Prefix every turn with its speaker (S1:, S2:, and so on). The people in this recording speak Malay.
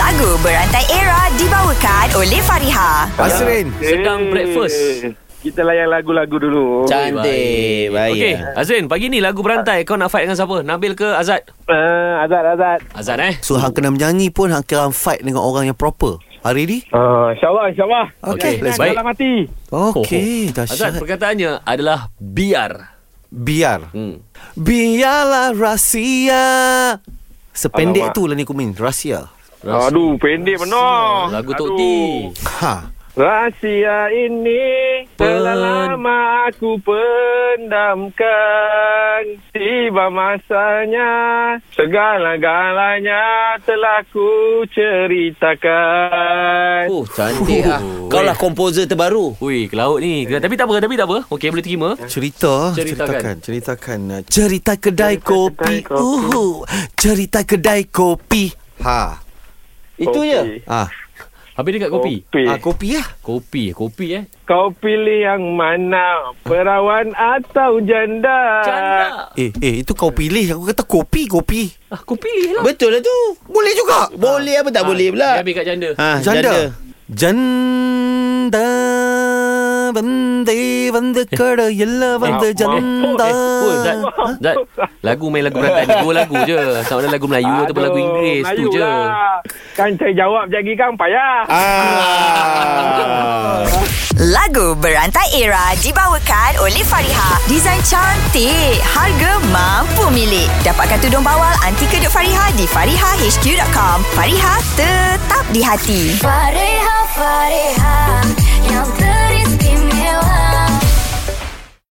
S1: Lagu berantai era dibawakan oleh Fariha.
S2: Azrin
S3: Sedang breakfast.
S4: Eh, Kita layan lagu-lagu dulu.
S5: Cantik Baik
S3: Okey, Azrin, pagi ni lagu berantai. Kau nak fight dengan siapa? Nabil ke Azad?
S4: Uh, Azad, Azad.
S3: Azad eh?
S2: So hang kena menyanyi pun Hang kira hang fight dengan orang yang proper Hari ni
S4: Uh, InsyaAllah, insyaAllah.
S2: Okay,
S3: Okey,
S2: let's go
S3: baik.
S4: Dalam hati.
S2: Okay dahsyat
S3: Azad, perkataannya adalah biar.
S2: Biar
S3: Hmm.
S2: Biarlah rahsia Sependek
S4: Alamak.
S2: tu lah ni aku main Rahsia
S4: Aduh, pendek benar.
S3: Lagu Tok
S4: Aduh.
S3: T.
S2: Ha
S4: Rahsia ini telah
S3: Pen-
S4: lama aku pendamkan. Tiba masanya, segala-galanya telah ku ceritakan.
S3: Oh,
S5: Cantik lah Kau lah komposer terbaru
S3: Ui, ke laut ni. Ke- Tapi tak apa, tapi tak apa. Okey, boleh terima.
S2: Cerita
S3: Ceritakan.
S2: Ceritakan Ceritakan Cerita kedai kopi Uhu Cerita kedai kopi Ha
S5: Itu je
S2: Ah,
S3: Habis dekat ya? kopi.
S5: Oh.
S4: Kopi.
S2: ah kopi lah
S3: Kopi, kopi eh.
S4: Kau pilih yang mana? Perawan atau janda?
S3: Canda.
S2: Eh, eh itu kau pilih Aku kata kopi, kopi
S3: Aku pilih lah.
S5: Betul lah tu
S2: Boleh juga Ah,
S5: Boleh apa tak boleh pula
S3: Dia ambil kat janda.
S5: Ha
S2: Janda. Janda வந்தே வந்து கடையில் வந்து
S4: Eh,
S2: Jhanda
S3: Eh, Ah, oh, Zat, Zat, lagu main lagu berantai ni dua lagu je. Sama ada lagu Melayu ataupun lagu Inggeris tu
S4: Melayu
S3: je.
S4: lah. Kan saya jawab jadi kan payah.
S5: Ah.
S1: Lagu berantai era dibawakan oleh Fariha. Desain cantik, harga mampu milik. Dapatkan tudung bawal anti kedut Fariha di farihahq.com. Fariha tetap di hati.
S6: Fareha, Fareha, yang